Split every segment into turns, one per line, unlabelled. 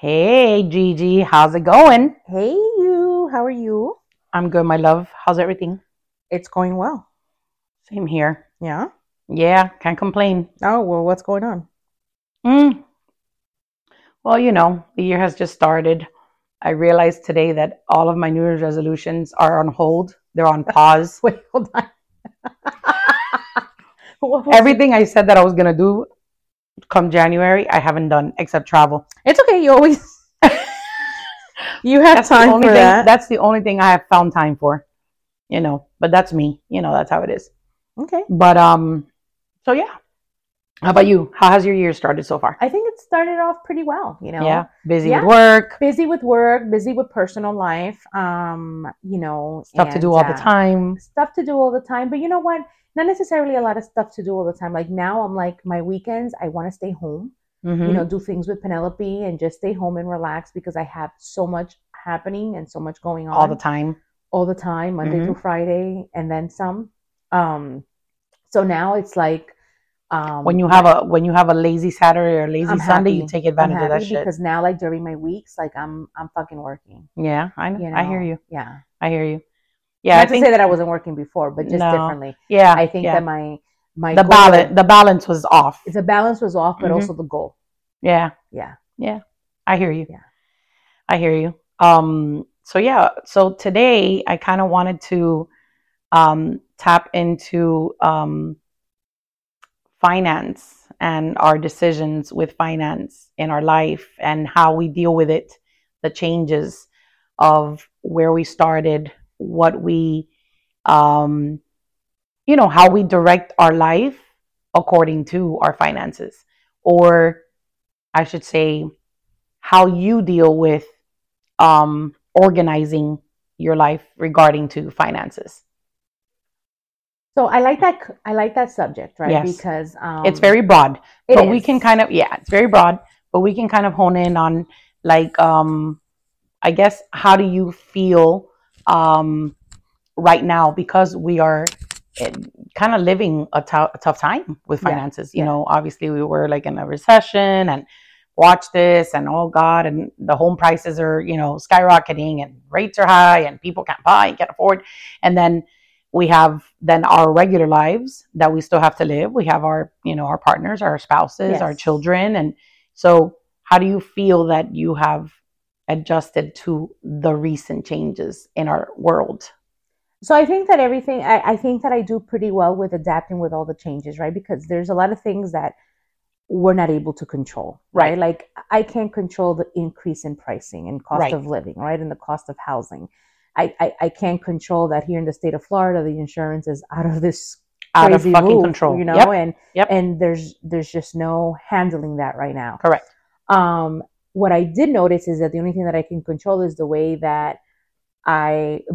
Hey, Gigi, how's it going?
Hey, you. How are you?
I'm good, my love. How's everything?
It's going well.
Same here.
Yeah.
Yeah, can't complain.
Oh, well, what's going on?
Mm. Well, you know, the year has just started. I realized today that all of my New Year's resolutions are on hold, they're on pause.
Wait, hold on. What was it?
Everything I said that I was going to do come January, I haven't done except travel.
It's okay. You always you have
That's the
time
only
for
thing
that.
that's the only thing I have found time for, you know. But that's me. You know, that's how it is.
Okay.
But um so yeah. How about you? How has your year started so far?
I think it started off pretty well. You know,
Yeah, busy
Yeah.
with work,
busy with work, busy with personal life. Um, you know,
stuff to do
and,
all the
uh,
time.
stuff to do all the time. But you know what? Not necessarily a lot of stuff to do all the time. Like now, I'm like my weekends. I want to stay home. you
Mhm.
know, do things with Penelope and just stay home and relax because I have so much happening and so much going on
all the time.
all the time, Monday
Mhm.
through Friday, and then some. Um, so now it's like um,
When you have a when you have a lazy Saturday or a lazy
I'm
Sunday, you
happy.
take
I'm
advantage of that
happy
shit.
because now like during my weeks, like I'm I'm fucking working.
Yeah, I know.
You know,
I hear you.
Yeah,
I hear you. Yeah, I
not
think
to say that I wasn't working before, but just
No.
differently.
yeah,
I think
yeah.
that my my
the
goal-
balance the balance was off.
the balance was off, but
Mhm.
also the goal.
Yeah,
Yeah,
yeah. I hear you.
Yeah.
I hear you. Um so yeah, so today I kind of wanted to um tap into um finance and our decisions with finance in our life and how we deal with it, the changes of where we started, what we, um, you know, how we direct our life according to our finances, or I should say, how you deal with um, organizing your life regarding to finances.
so I like that. c- I like that subject, right?
Yes.
Because um,
It's very broad.
it
but we
is.
can kind of yeah it's very broad but we can kind of hone in on like um i guess how do you feel um right now because we are kind of living a tou- a tough time with
Yeah,
finances you
yeah.
know obviously we were like in a recession and watch this and oh god and the home prices are you know skyrocketing and rates are high and people can't buy and can't afford and then we have then our regular lives that we still have to live we have our you know our partners our spouses our
Yes.
children and so how do you feel that you have adjusted to the recent changes in our world
So I think that everything, I, I think that I do pretty well with adapting with all the changes, right? Because there's a lot of things that we're not able to control, right?
Right.
Like I can't control the increase in pricing and cost
Right.
of living, right? And the cost of housing. I, I, I can't control that here in the state of Florida, the insurance is out of this
out of
crazy
fucking
roof,
control
you know,
yep
and
yep.
and there's there's just no handling that right now.
correct
Um, what I did notice is that the only thing that I can control is the way that I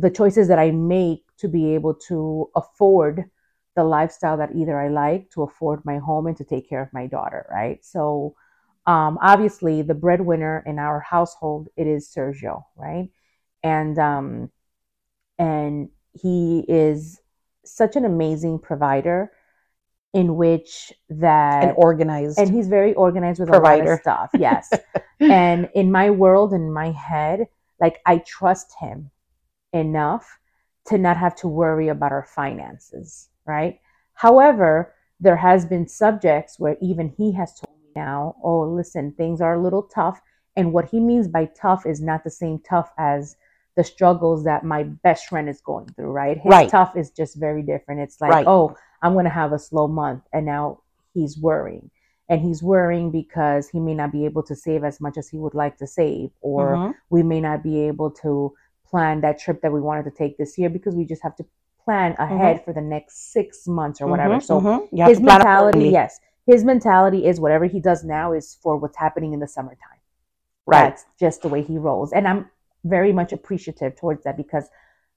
the choices that I make to be able to afford the lifestyle that either I like to afford my home and to take care of my daughter, right? So um, obviously the breadwinner in our household it is Sergio, right? And um, and he is such an amazing provider in which
and
that
organized
and he's very organized with a lot
Provider.
of stuff. Yes. and in my world in my head, like I trust him enough to not have to worry about our finances, right? However, there has been subjects where even he has told me now, oh, listen, things are a little tough. And what he means by tough is not the same tough as the struggles that my best friend is going through, right? His
Right.
tough is just very different. It's like,
Right.
oh, I'm going to have a slow month. And now he's worrying. And he's worrying because he may not be able to save as much as he would like to save, or
Mhm.
we may not be able to plan that trip that we wanted to take this year because we just have to plan ahead
Mm-hmm.
for the next six months or whatever.
Mhm,
So
mhm. you have
his
to plan
mentality,
accordingly.
yes, his mentality is whatever he does now is for what's happening in the summertime.
right,
That's just the way he rolls, and I'm very much appreciative towards that because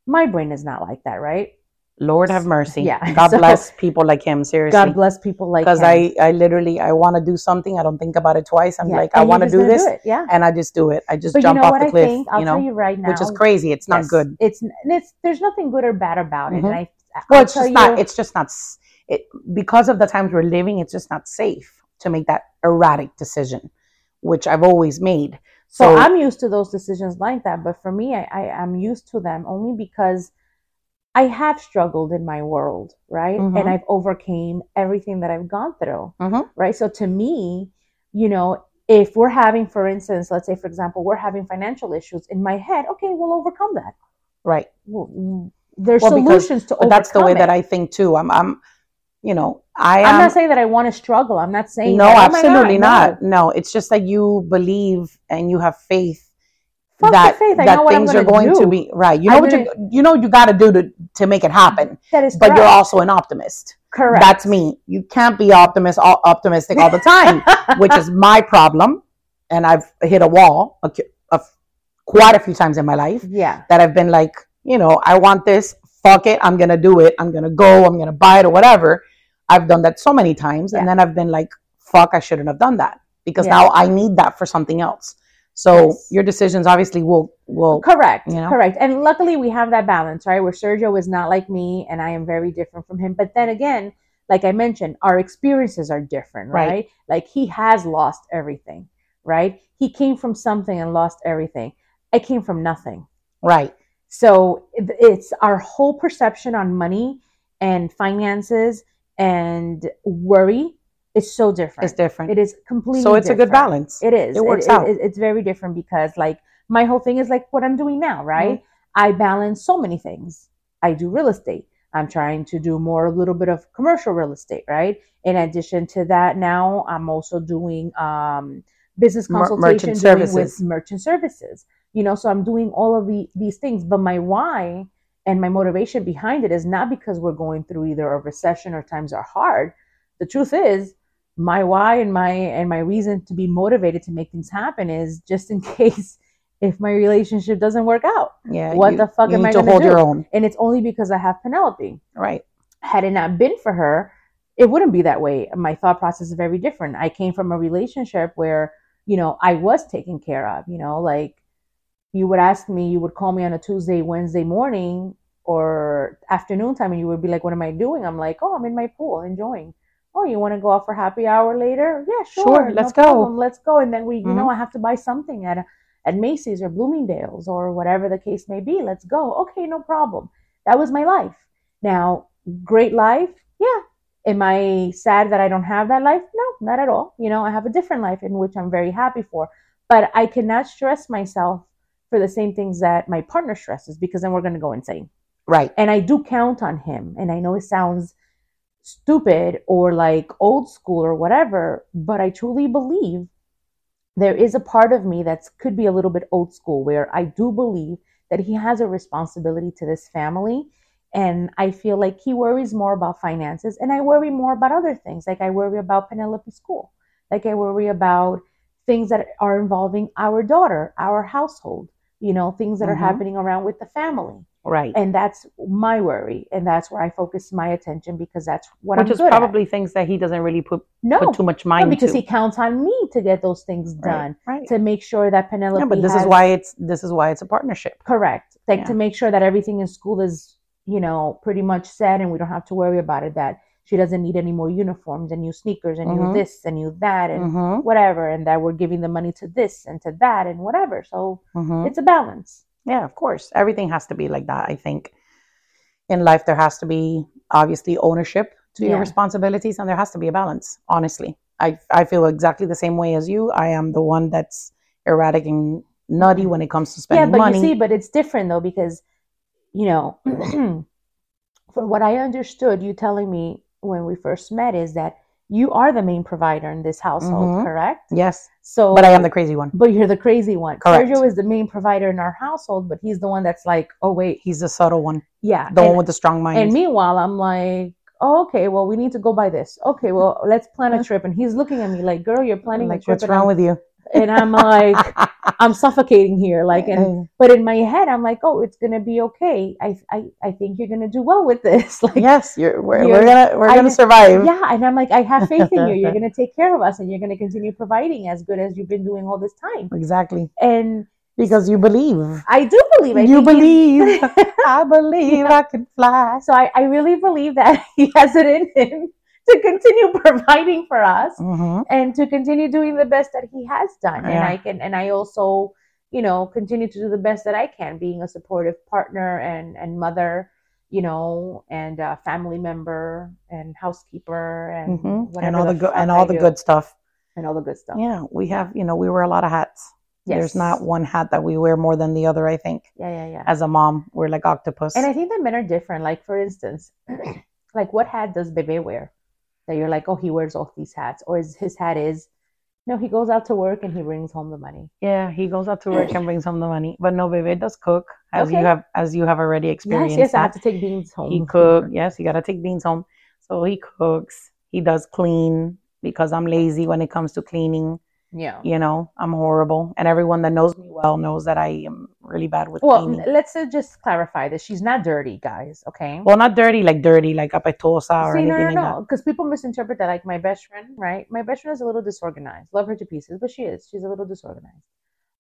my brain is not like that, right?
Lord have mercy.
Yeah,
God
so-
bless people like him. Seriously,
God bless people like
because
him.
I, I literally, I want to do something. I don't think about it twice. I'm
Yeah,
like,
and
I
you're
want to
just
do
gonna
this,
it. Yeah,
and I just do it. I just
but you
jump
know
off
what
the
I
cliff,
think? I'll
you
tell
know,
you right now,
which is crazy. It's not
yes,
good.
It's, it's there's nothing good or bad about it,
Mhm.
and I I'll
Well, it's
tell
just not.
you-
It's just not. s- It because of the times we're living, it's just not safe to make that erratic decision. which I've always made.
So,
So,
I'm used to those decisions like that. But for me, I, I am used to them only because I have struggled in my world, right?
Mhm.
And I've overcame everything that I've gone through,
Mhm.
right? So to me, you know, if we're having, for instance, let's say, for example, we're having financial issues in my head, okay, we'll overcome that.
right.
W- w- There's
Well, because-
solutions to
But
overcome
that's the way
it.
that I think too. I'm, I'm, you know, I
I'm
am.
not saying that I want to struggle. I'm not saying
no,
that, "Oh my God,
absolutely
no."
not. No. it's just that you believe and you have faith
Fuck the
that
faith. I
that
know what I'm
things are
gonna
going to
do.
be right. You
I
know what you you know you got to do to to make it happen.
That is
But you're
correct.
also an optimist.
correct.
That's me. You can't be optimist all, optimistic all the time, which is my problem. And I've hit a wall a, cu- a f- quite a few times in my life
yeah.
that I've been like, you know, I want this. Fuck it. I'm gonna do it. I'm gonna go. I'm gonna buy it or whatever. I've done that so many times, and
Yeah.
then I've been like, fuck, I shouldn't have done that because
Yeah.
now I need that for something else. So
Yes.
your decisions obviously will will
Correct.
you know?
Correct. And luckily we have that balance, right? Where Sergio is not like me and I am very different from him. But then again, like I mentioned, our experiences are different,
Right.
right? Like he has lost everything, right? He came from something and lost everything. I came from nothing.
right
So it- it's our whole perception on money and finances and worry is so different.
It's different.
It is completely
so it's a good
different.
balance.
It is.
It works out.
it's very different because, like, my whole thing is like what I'm doing now, right?
Mm-hmm.
I balance so many things. I do real estate. I'm trying to do more, a little bit of commercial real estate, right? In addition to that, now I'm also doing um, business
Mer- merchant
consultation doing
services.
with merchant services. You know, so I'm doing all of the, these things, but my why and my motivation behind it is not because we're going through either a recession or times are hard. The truth is, my why and my and my reason to be motivated to make things happen is just in case if my relationship doesn't work out
Yeah.
What
you-
the fuck
you
am
need
I
to
gonna
hold your
do?
own.
and it's only because i have penelope
Right.
had it not been for her it wouldn't be that way my thought process is very different i came from a relationship where you know i was taken care of you know like you would ask me you would call me on a tuesday wednesday morning or afternoon time and you would be like what am i doing i'm like oh i'm in my pool enjoying oh you want to go out for happy hour later yeah sure,
Sure,
no
let's go."
problem, let's go and then we you
Mhm.
know i have to buy something at at macy's or bloomingdale's or whatever the case may be let's go okay no problem that was my life now great life yeah am i sad that i don't have that life no not at all you know i have a different life in which i'm very happy for but i cannot stress myself for the same things that my partner stresses because then we're going to go insane
Right.
and i do count on him and i know it sounds stupid or like old school or whatever but i truly believe there is a part of me that's could be a little bit old school where i do believe that he has a responsibility to this family and i feel like he worries more about finances and i worry more about other things like i worry about penelope school like i worry about things that are involving our daughter our household you know things that
Mhm.
are happening around with the family
Right.
and that's my worry and that's where i focus my attention because that's what
Which
i'm
is
good
probably things that he doesn't really put
at. no
put too much
no,
mind
because
to.
he counts on me to get those things
Right,
done
Right.
to make sure that Penelope
yeah, but this
has,
is why it's this is why it's a partnership.
correct like
Yeah.
to make sure that everything in school is you know pretty much set and we don't have to worry about it that she doesn't need any more uniforms and new sneakers and
Mhm.
new this and new that and
Mm-hmm.
whatever and that we're giving the money to this and to that and whatever so
Mm-hmm.
it's a balance
Yeah, of course. Everything has to be like that. I think in life there has to be obviously ownership to your
Yeah.
responsibilities and there has to be a balance, honestly. I I feel exactly the same way as you. I am the one that's erratic and nutty when it comes to
yeah
spending
but
money.
you see but it's different though because you know from what i understood you telling me when we first met is that you are the main provider in this household
Mhm.
correct
yes.
so
But I am the crazy one.
But you're the crazy one.
Correct.
Sergio is the main provider in our household, but he's the one that's like, oh wait,
He's the subtle one.
yeah.
The
and,
one with the strong mind.
and meanwhile, I'm like, oh okay, well we need to go buy this. Okay, well let's plan a trip. And he's looking at me like, girl, you're planning a
like
trip.
what's
And
wrong
I'm,
with you?
and I'm like, I'm suffocating here. Like, and but in my head, I'm like, oh, it's gonna be okay. I I, I think you're gonna do well with this. Like,
yes, you're, we're,
you're-
we're gonna we're
I-
gonna survive.
yeah. And I'm like, I have faith in you. You're gonna take care of us, and you're gonna continue providing as good as you've been doing all this time.
Exactly.
And
Because you believe.
I do believe. I
You
think he's-
believe. I believe I can fly.
So I, I really believe that he has it in him to continue providing for us
Mhm.
and to continue doing the best that he has done and
Yeah.
i can and i also you know continue to do the best that i can being a supportive partner and and mother you know and a family member and housekeeper and
Mhm.
whatever
And all the good
fuck
and
I
all the
do,
good stuff.
and all the good stuff
Yeah, we have, you know, we wear a lot of hats. There's not one hat that we wear more than the other, I think.
yeah yeah yeah
As a mom, we're like octopus.
and i think that men are different like for instance like what hat does bebe wear that you're like oh he wears all these hats or is his hat is no he goes out to work and he brings home the money
yeah, he goes out to work and brings home the money. But no, Bebe does cook, as you
Okay.
have as you have already
yes
experienced.
yes i
that.
have to take beans home
He cook. Yes, you gotta take beans home. So he cooks. He does clean because I'm lazy when it comes to cleaning.
yeah
You know, I'm horrible, and everyone that knows me well knows that I am really bad with
Well,
cleaning.
let's uh, just clarify this. She's not dirty, guys. Okay.
Well, not dirty like dirty like apetosa or
See,
anything
no, no,
like that.
no, because people misinterpret that. Like my best friend, right? My best friend is a little disorganized. Love her to pieces, but she is. She's a little disorganized.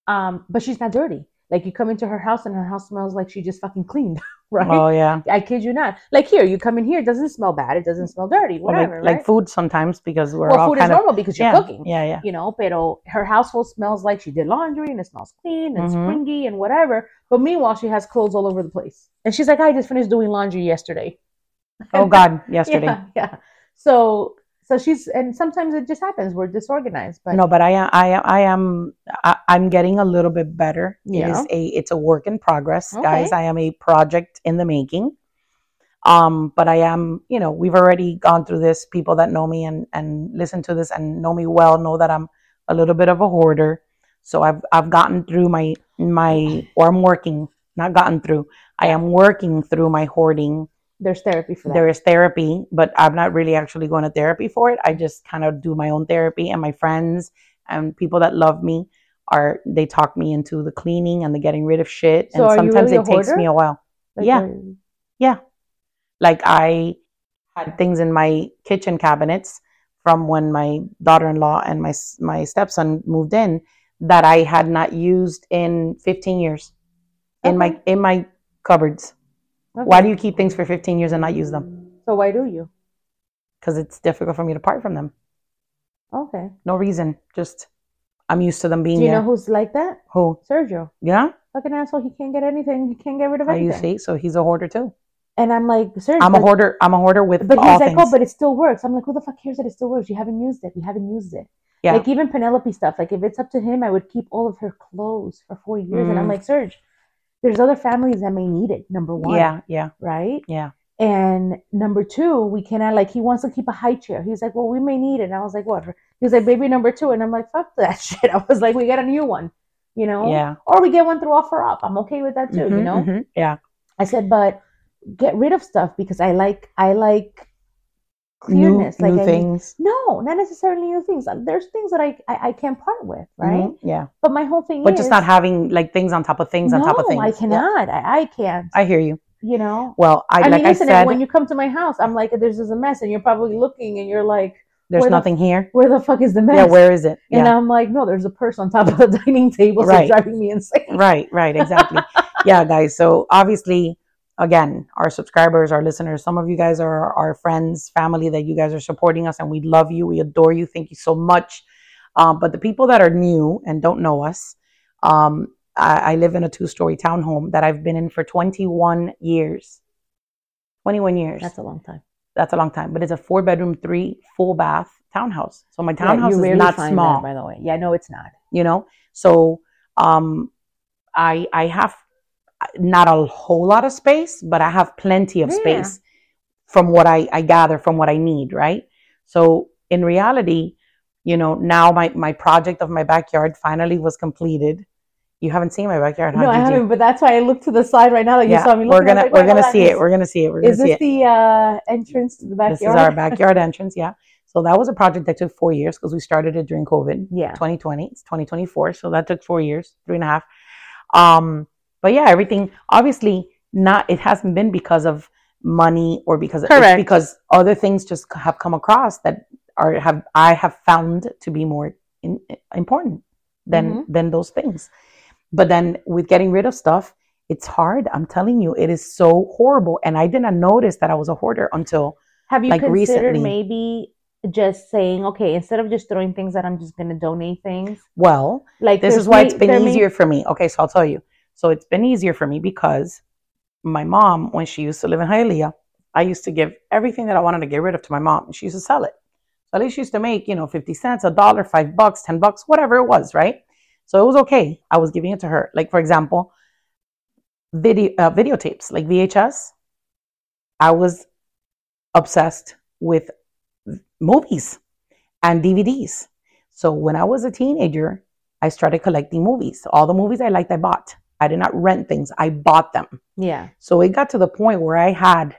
Um, but she's not dirty. Like you come into her house and her house smells like she just fucking cleaned, right?
Oh yeah,
I kid you not. Like here, you come in here, it doesn't smell bad. It doesn't smell dirty.
Or like,
Whatever, right?
like food sometimes because we're
well,
all
food is
kind of
normal because you're
yeah,
cooking.
yeah, yeah.
you know, pero her household smells like she did laundry and it smells clean and
Mhm.
springy and whatever. But meanwhile, she has clothes all over the place. And she's like, I just finished doing laundry yesterday.
Oh God, yesterday.
Yeah, yeah. So so she's and sometimes it just happens. We're disorganized, but
No, but I am. I am. I am I, I'm getting a little bit better. It
Yeah.
is a. It's a work in progress, guys.
Okay.
I am a project in the making. Um, but I am. You know, we've already gone through this. People that know me and and listen to this and know me well know that I'm a little bit of a hoarder. So I've I've gotten through my my or I'm working. Not gotten through. I am working through my hoarding.
there's therapy for that.
There is therapy, but I'm not really actually going to therapy for it. I just kind of do my own therapy, and my friends and people that love me are they talk me into the cleaning and the getting rid of shit. and
So are you
sometimes
really
it
a
takes me a
hoarder?
while. yeah.
uh,
Like I had things in my kitchen cabinets from when my daughter-in-law and my s- my stepson moved in that I had not used in 15 years in my
Okay.
in my cupboards.
okay.
Why do you keep things for 15 years and not use them?
So why do you?
Because it's difficult for me to part from them.
Okay.
No reason. Just I'm used to them
Do
being
you
there.
know who's like that?
Who?
Sergio.
Yeah.
Fucking asshole. He can't get anything. He can't get rid of
Oh, you
anything.
see? So he's a hoarder too.
And I'm like, Sergio.
I'm a hoarder. I'm a hoarder with
But he's
all
like,
things.
oh, but it still works. I'm like, who the fuck cares that it still works? You haven't used it. You haven't used it.
Yeah.
Like even Penelope stuff. Like if it's up to him, I would keep all of her clothes for four years. And I'm
Mm.
like, Serge, there's other families that may need it. Number one.
yeah, yeah,
Right.
yeah.
And number two, we cannot like he wants to keep a high chair. He's like, well, we may need it. And I was like, what? He was like, baby number two. And I'm like, fuck that shit. I was like, we get a new one. You know.
Yeah.
Or we get one through offer up. I'm okay with that too.
Mhm,
You know.
mhm, Yeah.
I said, but get rid of stuff because I like I like
New,
clearness. like
new
I need-
things.
no, not necessarily new things. Like, There's things that I I, I can't part with, right?
Mhm, Yeah.
But my whole thing
But
is
just not having like things on top of things on top of
no,
things.
I
Yeah.
cannot. I, I can't.
I hear you.
you know.
Well, I,
I
like
mean,
I
listen.
said,
when you come to my house, I'm like, "This is a mess," and you're probably looking, and you're like,
there's
where the-
nothing here.
"Where the fuck is the mess?"
Yeah. Where is it?
and
Yeah.
I'm like, "No, there's a purse on top of the dining table, so
Right.
it's driving me insane."
Right. Right. Exactly. yeah, guys. So obviously, again, our subscribers, our listeners, some of you guys are our friends, family that you guys are supporting us, and we love you. We adore you. Thank you so much. Um, but the people that are new and don't know us, um, I, I live in a two story townhome that I've been in for 21 years. 21 years.
That's a long time.
That's a long time, but it's a four bedroom, three full bath townhouse. So my
Yeah, you
townhouse
rarely
is not
find that,
small
by the way. Yeah, no, it's not.
you know so um i i have not a whole lot of space but i have plenty of
Yeah.
space from what i i gather from what i need right so in reality you know now my my project of my backyard finally was completed you haven't seen my backyard huh,
No, I
Gigi?
haven't. But that's why I look to the side right now that you
yeah
saw me.
we're
looking. I was
gonna
like,
we're
wait,
gonna
hold on,
see
is-
it we're gonna see it we're gonna
Is
see it
this the uh, entrance to the
this is our
backyard?
backyard entrance yeah so that was a project that took four years because we started it during covid
yeah.
2020 it's 2024 so that took four years three and a half um but yeah everything obviously not it hasn't been because of money or because it's
Correct.
because other things just c- have come across that are have i have found to be more in, important than
Mm-hmm.
than those things but then with getting rid of stuff it's hard i'm telling you it is so horrible and i did not notice that i was a hoarder until
Have you
Like
considered
recently.
maybe just saying, okay, instead of just throwing things out, I'm just going to donate things?
Well,
Like
this
there's
is why
may-
it's been
there may-
easier for me. Okay, so I'll tell you. So it's been easier for me because my mom, when she used to live in Hialeah, I used to give everything that I wanted to get rid of to my mom, and she used to sell it. So at least she used to make, you know, fifty cents, a dollar, five bucks, ten bucks, whatever it was, right? So it was okay. I was giving it to her. Like for example, video uh, videotapes, like VHS. I was obsessed with movies and DVDs. So when I was a teenager, I started collecting movies. All the movies I liked, I bought. I did not rent things, I bought them.
Yeah.
So it got to the point where I had,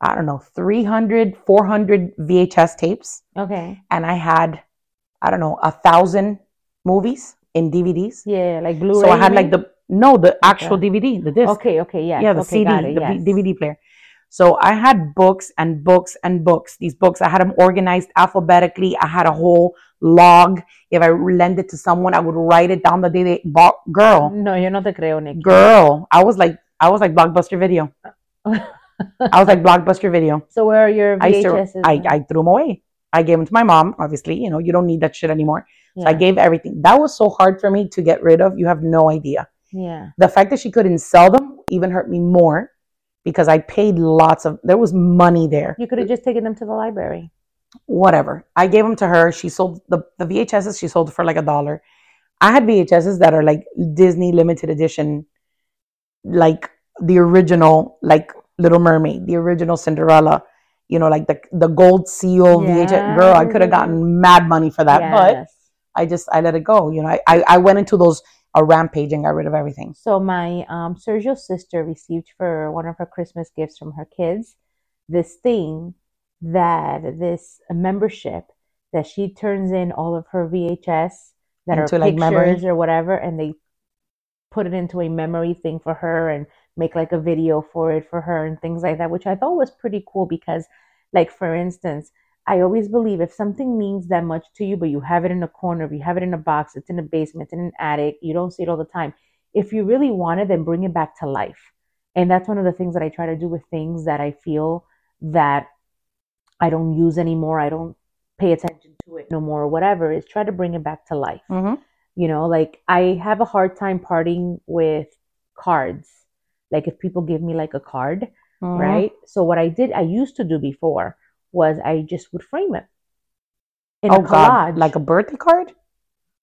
I don't know, 300, 400 VHS tapes,
Okay.
and I had, I don't know, a thousand movies in DVDs.
Yeah. Like Blu-ray.
so I
you
had like
mean?
the, no, the actual DVD, the disc.
Okay. Okay. Yes.
Yeah, the
okay,
CD,
got it,
the
yes.
B- DVD player. So I had books and books and books. These books, I had them organized alphabetically. I had a whole log. If I lend it to someone, I would write it down the day they bought. Girl,
No, yo no te creo, Nick.
girl, I was like, I was like Blockbuster Video. I was like Blockbuster Video.
So where are your
I used to,
VHSs?
I,
now?
I threw them away. I gave them to my mom. Obviously, you know, you don't need that shit anymore.
yeah.
So I gave everything. That was so hard for me to get rid of. You have no idea.
yeah.
the fact that she couldn't sell them even hurt me more because I paid lots of there was money there.
You could have just taken them to the library.
Whatever. I gave them to her. She sold the, the VHSs she sold for like a dollar. I had VHSs that are like Disney limited edition, like the original, like Little Mermaid, the original Cinderella, you know, like the the gold seal VHS. Girl, I could have gotten mad money for that. But
Yes.
I just I let it go. You know, I, I, I went into those a rampage and got rid of everything.
So my um, Sergio's sister received for one of her Christmas gifts from her kids this thing that this membership that she turns in all of her VHS that
Into,
are
like,
pictures
memory?
or whatever, and they put it into a memory thing for her and make like a video for it for her and things like that, which I thought was pretty cool because, like for instance. I always believe if something means that much to you, but you have it in a corner, you have it in a box, it's in a basement, it's in an attic, you don't see it all the time if you really want it, then bring it back to life. And that's one of the things that I try to do with things that I feel that I don't use anymore. I don't pay attention to it no more or whatever is try to bring it back to life.
Mm-hmm.
You know, like I have a hard time parting with cards. Like if people give me like a card,
Mm-hmm.
right? So what I did, I used to do before was I just would frame it in
oh
a collage.
God, like a birthday card?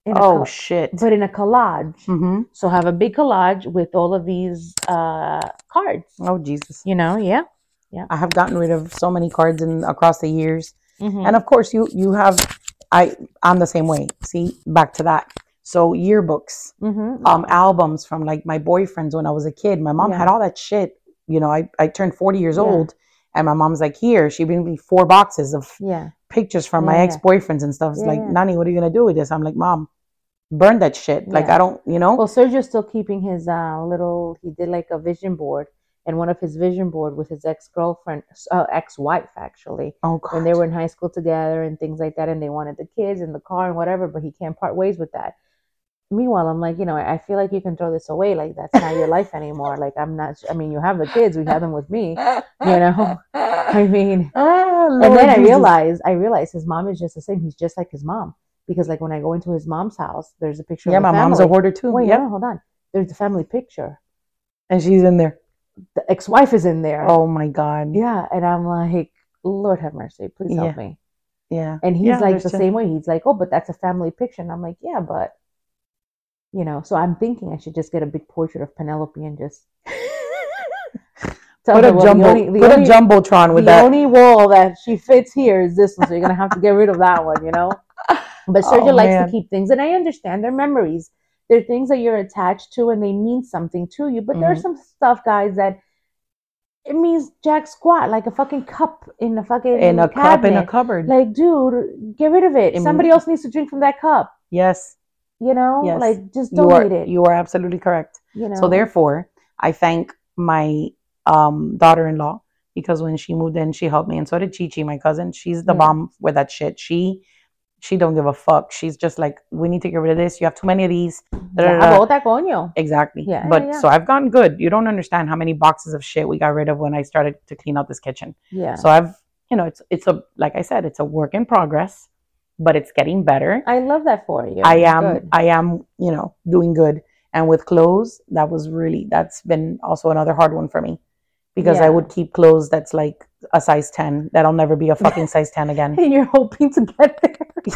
in a
Oh
coll-
shit.
but in a collage.
hmm
So have a big collage with all of these uh, cards.
Oh Jesus.
You know, yeah.
I have gotten rid of so many cards in across the years.
Mm-hmm.
And of course you you have I I'm the same way. See, back to that. So yearbooks,
mm-hmm.
um, albums from like my boyfriends when I was a kid. My mom
Yeah.
had all that shit. You know, I, I turned 40 years
Yeah.
old and my mom's like, here, she bring me four boxes of
yeah,
pictures from my
Yeah, yeah.
ex-boyfriends and stuff. It's
Yeah,
like,
yeah.
Nani, what are you gonna do with this? I'm like, Mom, burn that shit. Like
Yeah.
I don't, you know?
Well, Sergio's still keeping his uh, little. He did like a vision board, and one of his vision board with his ex girlfriend, uh, ex wife actually,
oh god.
when they were in high school together and things like that, and they wanted the kids and the car and whatever, but he can't part ways with that. Meanwhile, I'm like, you know, I feel like you can throw this away. Like that's not your life anymore. Like I'm not. I mean, you have the kids. We have them with me. You know. I mean.
Ah, Lord
and then I
Jesus.
realized, I realized his mom is just the same. He's just like his mom because, like, when I go into his mom's house, there's a picture.
Yeah,
of the
my mom's a
family.
hoarder too.
Wait,
yep.
no, hold on. There's the family picture.
And she's in there.
The ex-wife is in there.
Oh my God.
yeah. And I'm like, Lord have mercy, please help
Yeah.
me.
Yeah.
And he's
Yeah,
like the
understood.
same way. He's like, oh, but that's a family picture. And I'm like, yeah, but you know. So I'm thinking I should just get a big portrait of Penelope and just tell
Put
her,
a
well, the
jumbo,
only- the
put a
only-
jumbotron with
the
that.
only wall that she fits here is this one, so you're gonna have to get rid of that one, you know. But
Oh,
Sergio likes
man.
to keep things, and I understand they're memories. They're things that you're attached to, and they mean something to you. But there's
Mhm.
some stuff, guys, that it means jack squat, like a fucking cup in a fucking
in a cup in a
cabinet.
cupboard.
Like, dude, get rid of it.
mean-
Somebody else needs to drink from that cup.
yes,
You know,
Yes.
like just
you are.
donate it. You,
You are absolutely correct.
know.
So therefore, I thank my um, daughter-in-law because when she moved in, she helped me, and so did Chi Chi, my cousin. She's the
Yeah.
bomb with that shit. She, she don't give a fuck. She's just like, we need to get rid of this. You have too many of these.
Ya,
da, da.
Ah, bota, coño.
Exactly.
Yeah, yeah,
But
yeah.
so I've gotten good. You don't understand how many boxes of shit we got rid of when I started to clean out this kitchen.
Yeah.
So I've you know, it's it's a like I said, it's a work in progress, but it's getting better.
I love that for you.
I am
Good.
I am, you know, doing good. And with clothes, that was really that's been also another hard one for me. Because I
Yeah.
would keep clothes that's like a size 10. That'll never be a fucking size 10 again.
And you're hoping to get there.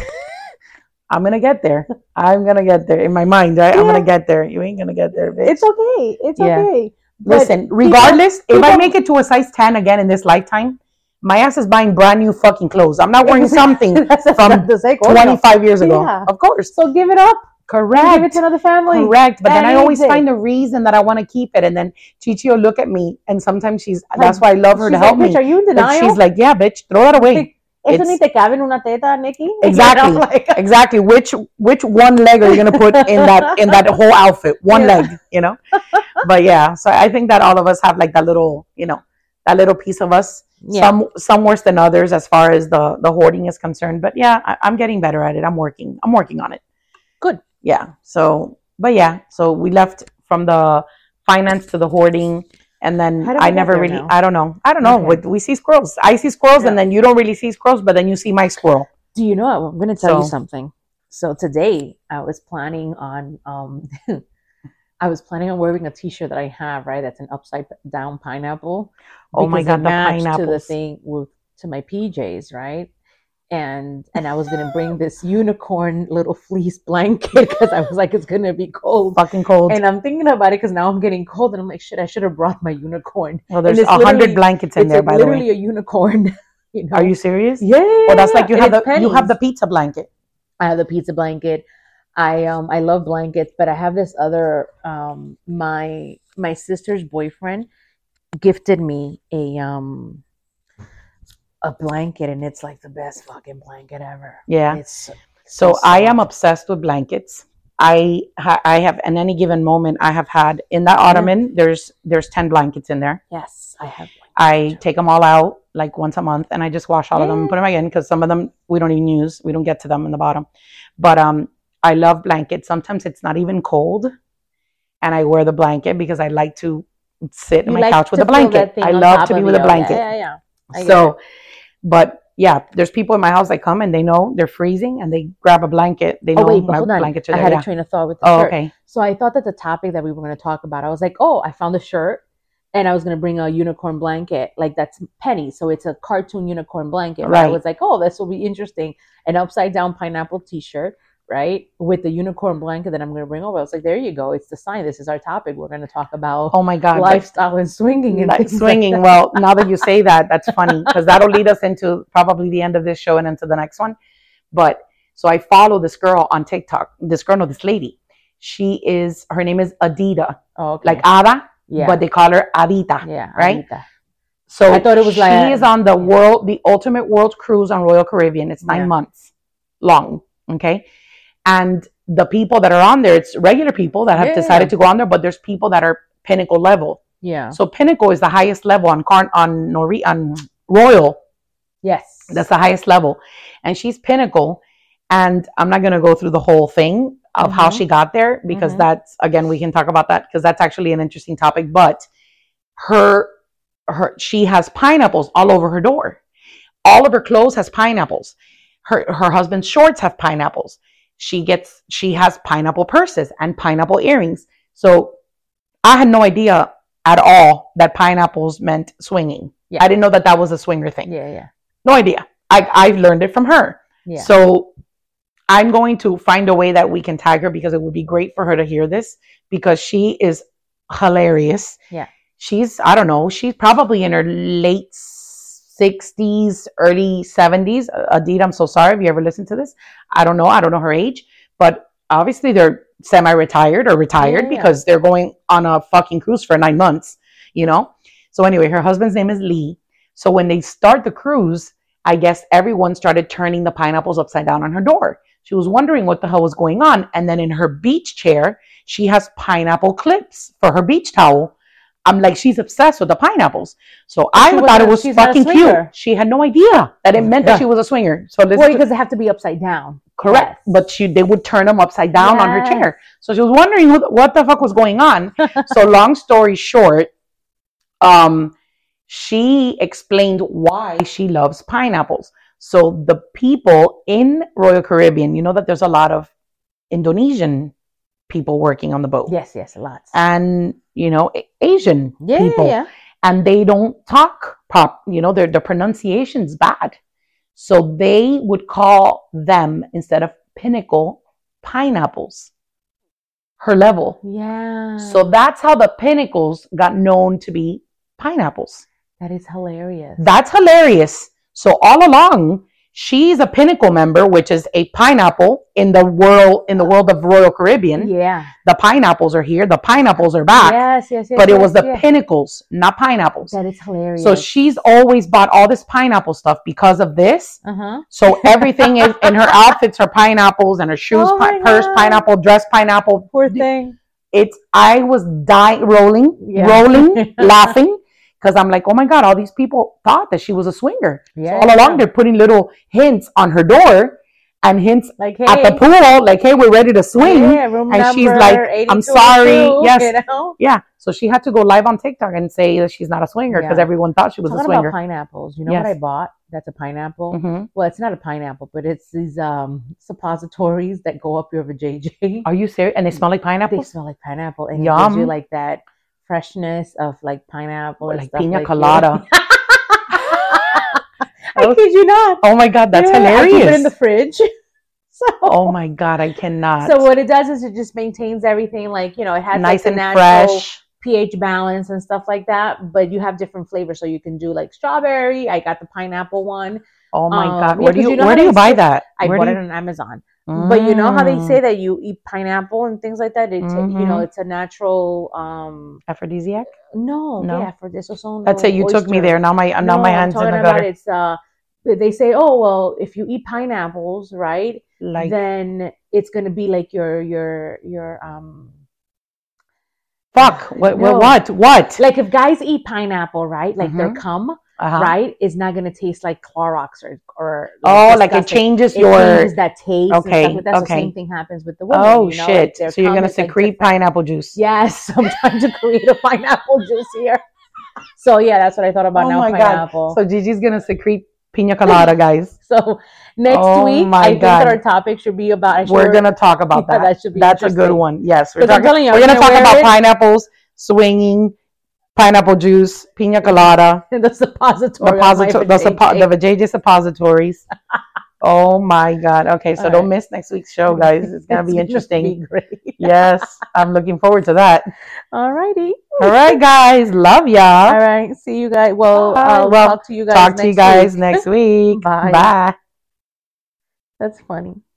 I'm going to get there. I'm going to get there. In my mind, right? I'm
Yeah.
going to get there. You ain't going to get there, bitch.
it's okay. It's
Yeah.
okay. But
Listen, regardless, if I
people-
make it to a size 10 again in this lifetime, my ass is buying brand new fucking clothes. I'm not wearing something
that's a-
from
that's like, oh, no.
25 years ago.
Yeah.
Of course.
So give it up.
Correct.
Give it to another family.
Correct. But then I always
Anything.
find a reason that I want to keep it. And then Chichi will look at me. And sometimes she's, that's why I love her to
She's
help
like, Bitch,
me.
are you in
But
denial?
she's like, yeah, bitch, throw that away.
Eso
it's-
ni te cabe en una teta, Nikki. You know,
Exactly.
like-
exactly. Which, which one leg are you going to put in that, in that whole outfit? One
Yeah.
leg, you know? But yeah, so I think that all of us have like that little, you know, that little piece of us.
yeah.
Some, some worse than others as far as the, the hoarding is concerned. But yeah, I, I'm getting better at it. I'm working. I'm working on it.
Good.
Yeah. So, but yeah, so we left from the finance to the hoarding. And then
How did we
I
get
never
there
really,
now?
I don't know. I don't know.
Okay.
We, we see squirrels. I see squirrels,
Yeah.
and then you don't really see squirrels, but then you see my squirrel.
Do you know? what? I'm going to tell you
So-
something. So today I was planning on, um, I was planning on wearing a T-shirt that I have, right? That's an upside down pineapple.
Oh my
because
God,
it
the
matched to the
pineapples.
thing with to my PJs, right? And and I was going to bring this unicorn little fleece blanket because I was like, it's going to be cold.
Fucking cold.
And I'm thinking about it because now I'm getting cold, and I'm like, shit, I should have brought my unicorn.
well, Oh, there's
it's
a hundred
literally-
blankets in
it's
there,
like
by the way.
literally a unicorn. You Oh, know?
Are you serious?
Yeah.
Well, that's like you
And
have the
it's
you have
pennies.
the pizza blanket.
I have the pizza blanket. I um I love blankets, but I have this other um my my sister's boyfriend gifted me a um a blanket and it's like the best fucking blanket ever.
Yeah.
It's
So I am
soft.
obsessed with blankets. I ha- I have in any given moment I have had in that ottoman. There's there's ten blankets in there.
yes, I have blankets.
I take them all out like once a month, and I just wash all of them and
Yeah.
put them again because some of them we don't even use. We don't get to them in the bottom. But um, I love blankets. Sometimes it's not even cold, and I wear the blanket because I like to sit
You
on my
like
couch with
to
a
feel that
blanket.
thing
I
on
love
top
to be
of
with a
you.
blanket.
Yeah, yeah, yeah. I get
So, but yeah, there's people in my house that come and they know they're freezing and they grab a blanket. They
Oh
know
wait, but
my
hold on.
blankets are
I
there.
had
yeah.
a train of thought with the
Oh,
shirt.
okay.
So I thought that the topic that we were going to talk about, I was like, oh, I found a shirt and I was going to bring a unicorn blanket. Like that's penny. So it's a cartoon unicorn blanket. But I
Right.
was like, oh, this will be interesting. An upside down pineapple t shirt, right? With the unicorn blanket that I'm going to bring over. I was like, there you go. It's the sign. This is our topic. We're going to talk about
Oh my God. but
lifestyle and swinging and
Like
things like
swinging.
that.
well, now that you say that, that's funny because that'll lead us into probably the end of this show and into the next one. But so I follow this girl on TikTok. This girl, no, this lady. She is her name is Adida,
Oh, okay.
like Ada,
yeah.
but they call her Adita.
yeah,
right?
Anita.
So
I thought it was
she
like-
is on the world, the ultimate world cruise on Royal Caribbean. It's nine
Yeah.
months long. Okay, and the people that are on there, it's regular people that have
Yeah, yeah,
decided
yeah.
to go on there, but there's people that are pinnacle level.
Yeah.
So Pinnacle is the highest level on Carn on Nori on Royal.
Yes.
That's the highest level, and she's Pinnacle. And I'm not gonna go through the whole thing of how
Mhm.
she got there because
Mhm.
that's again we can talk about that because that's actually an interesting topic. But her her she has pineapples all over her door. All of her clothes has pineapples. Her her husband's shorts have pineapples. She gets she has pineapple purses and pineapple earrings. So I had no idea at all that pineapples meant swinging.
Yeah.
I didn't know that that was a swinger thing.
yeah, yeah.
No idea. I I've learned it from her.
Yeah.
So I'm going to find a way that we can tag her because it would be great for her to hear this because she is hilarious.
Yeah.
She's, I don't know, she's probably in her late 60s, early 70s. Uh, Adit, I'm so sorry if you ever listen to this. I don't know. I don't know her age, but obviously they're semi retired or retired
Yeah, yeah.
because they're going on a fucking cruise for nine months, you know? So anyway, her husband's name is Lee. So when they start the cruise, I guess everyone started turning the pineapples upside down on her door. She was wondering what the hell was going on. And then in her beach chair, she has pineapple clips for her beach towel. I'm like, she's obsessed with the pineapples. So I
she
thought
wasn't-
it was
she's not a
fucking cute.
swinger.
She had no idea that it meant that she was a swinger. So this
Well, because they have to be upside down.
correct.
Yes.
But she they would turn them upside down on her
Yes.
chair. So she was wondering who, the- what the fuck was going on. so long story short, um, she explained why she loves pineapples. So the people in Royal Caribbean, you know that there's a lot of Indonesian people working on the boat.
Yes, yes, lots.
And, you know, A- Asian
yeah,
people.
yeah,
And they don't talk pop, you know, their their pronunciation's bad. So they would call them instead of pinnacle pineapples. Her level.
yeah.
So that's how the pinnacles got known to be pineapples.
that is hilarious.
That's hilarious. So all along, she's a pinnacle member, which is a pineapple in the world in the world of Royal Caribbean.
yeah.
The pineapples are here. The pineapples are back.
Yes, yes, yes.
But it was
yes,
the
yes.
pinnacles, not pineapples.
That is hilarious.
So she's always bought all this pineapple stuff because of this.
uh huh.
So everything is in her outfits are pineapples and her shoes,
Oh
pi-
my
purse,
God.
pineapple, dress, pineapple,
Poor thing.
it's I was dying, rolling,
Yeah.
rolling, laughing, because I'm like, oh my god, all these people thought that she was a swinger.
Yeah.
All along, they're putting little hints on her door and hints
like hey,
at the pool, like, hey, we're ready to swing. Yeah.
Yeah, room
and she's
number
like, "I'm sorry,
82,"
yes.
You know?
So she had to go live on TikTok and say that she's not a swinger because
Yeah.
everyone thought she was
Talking
a swinger.
about pineapples, you know what
Yes.
I bought? That's a pineapple.
Mhm.
Well, it's not a pineapple, but it's these um suppositories that go up your vajayjay.
Are you serious? And they smell like
They
pineapples,
smell like pineapple, and it gives you
Yum.
like that freshness of like pineapple, and
Oh, like
stuff
pina
like
colada.
I kid you not.
Oh my god, that's
Yeah, I keep it in
hilarious.
the fridge. So,
oh my god, I cannot.
so what it does is it just maintains everything, like you know, it has
nice
like,
and
the natural
fresh.
pH balance and stuff like that. But you have different flavors, so you can do like strawberry. I got the pineapple one.
Oh my
Um,
god,
yeah,
where do
'cause
you,
you know
where
how
do
they
you buy
say-
that?
I
Where
bought
do
it
you-
on Amazon. But you know how they say
Mm.
that you eat pineapple and things like that. It, You know,
Mhm.
it's a natural. um
aphrodisiac.
No,
No.
yeah, for this also.
That's it. You took me there. Now my now my hands
I'm
in
talking
the
about
gutter.
it's. Uh, they say, oh well, if you eat pineapples, right?
Like
then it's gonna be like your your your um
fuck. What
No.
what what what?
like if guys eat pineapple right like their
Mhm.
cum
Uh-huh.
right is not gonna taste like Clorox or or
Oh, like it
disgusting.
changes
It
your.
changes that taste okay
Okay,
and stuff. that's
okay.
the same thing happens with the
oh
women you know, like,
shit!
their
so you're
cum
gonna
is, like,
secrete pineapple juice.
yes I'm trying to create a pineapple juice here so yeah that's what I thought about
Oh
now
my God.
pineapple
So Gigi's gonna secrete pina colada, guys.
so next
Oh
week
my
I think
God.
that our topic should be about I should-
We're gonna talk about
Yeah,
that.
should be
That's a good
interesting.
one. Yes, we're
'Cause I'm
talking.
telling you,
We're
I'm
gonna talk
wear
about
it.
pineapples, swinging, pineapple juice, pina colada,
the suppository.
the
on my
posito- the, suppo-
vajayjay.
the vajayjay suppositories. oh my god! Okay, so
All
don't
right.
miss next week's show, guys. It's gonna be interesting.
be great.
yes, I'm looking forward to that.
All righty.
All right, guys. Love
All
y'all.
right. See you guys. Well,
Bye.
I'll
Well,
talk to you guys.
Talk to you
next
guys
week.
next week.
Bye.
Bye.
That's funny.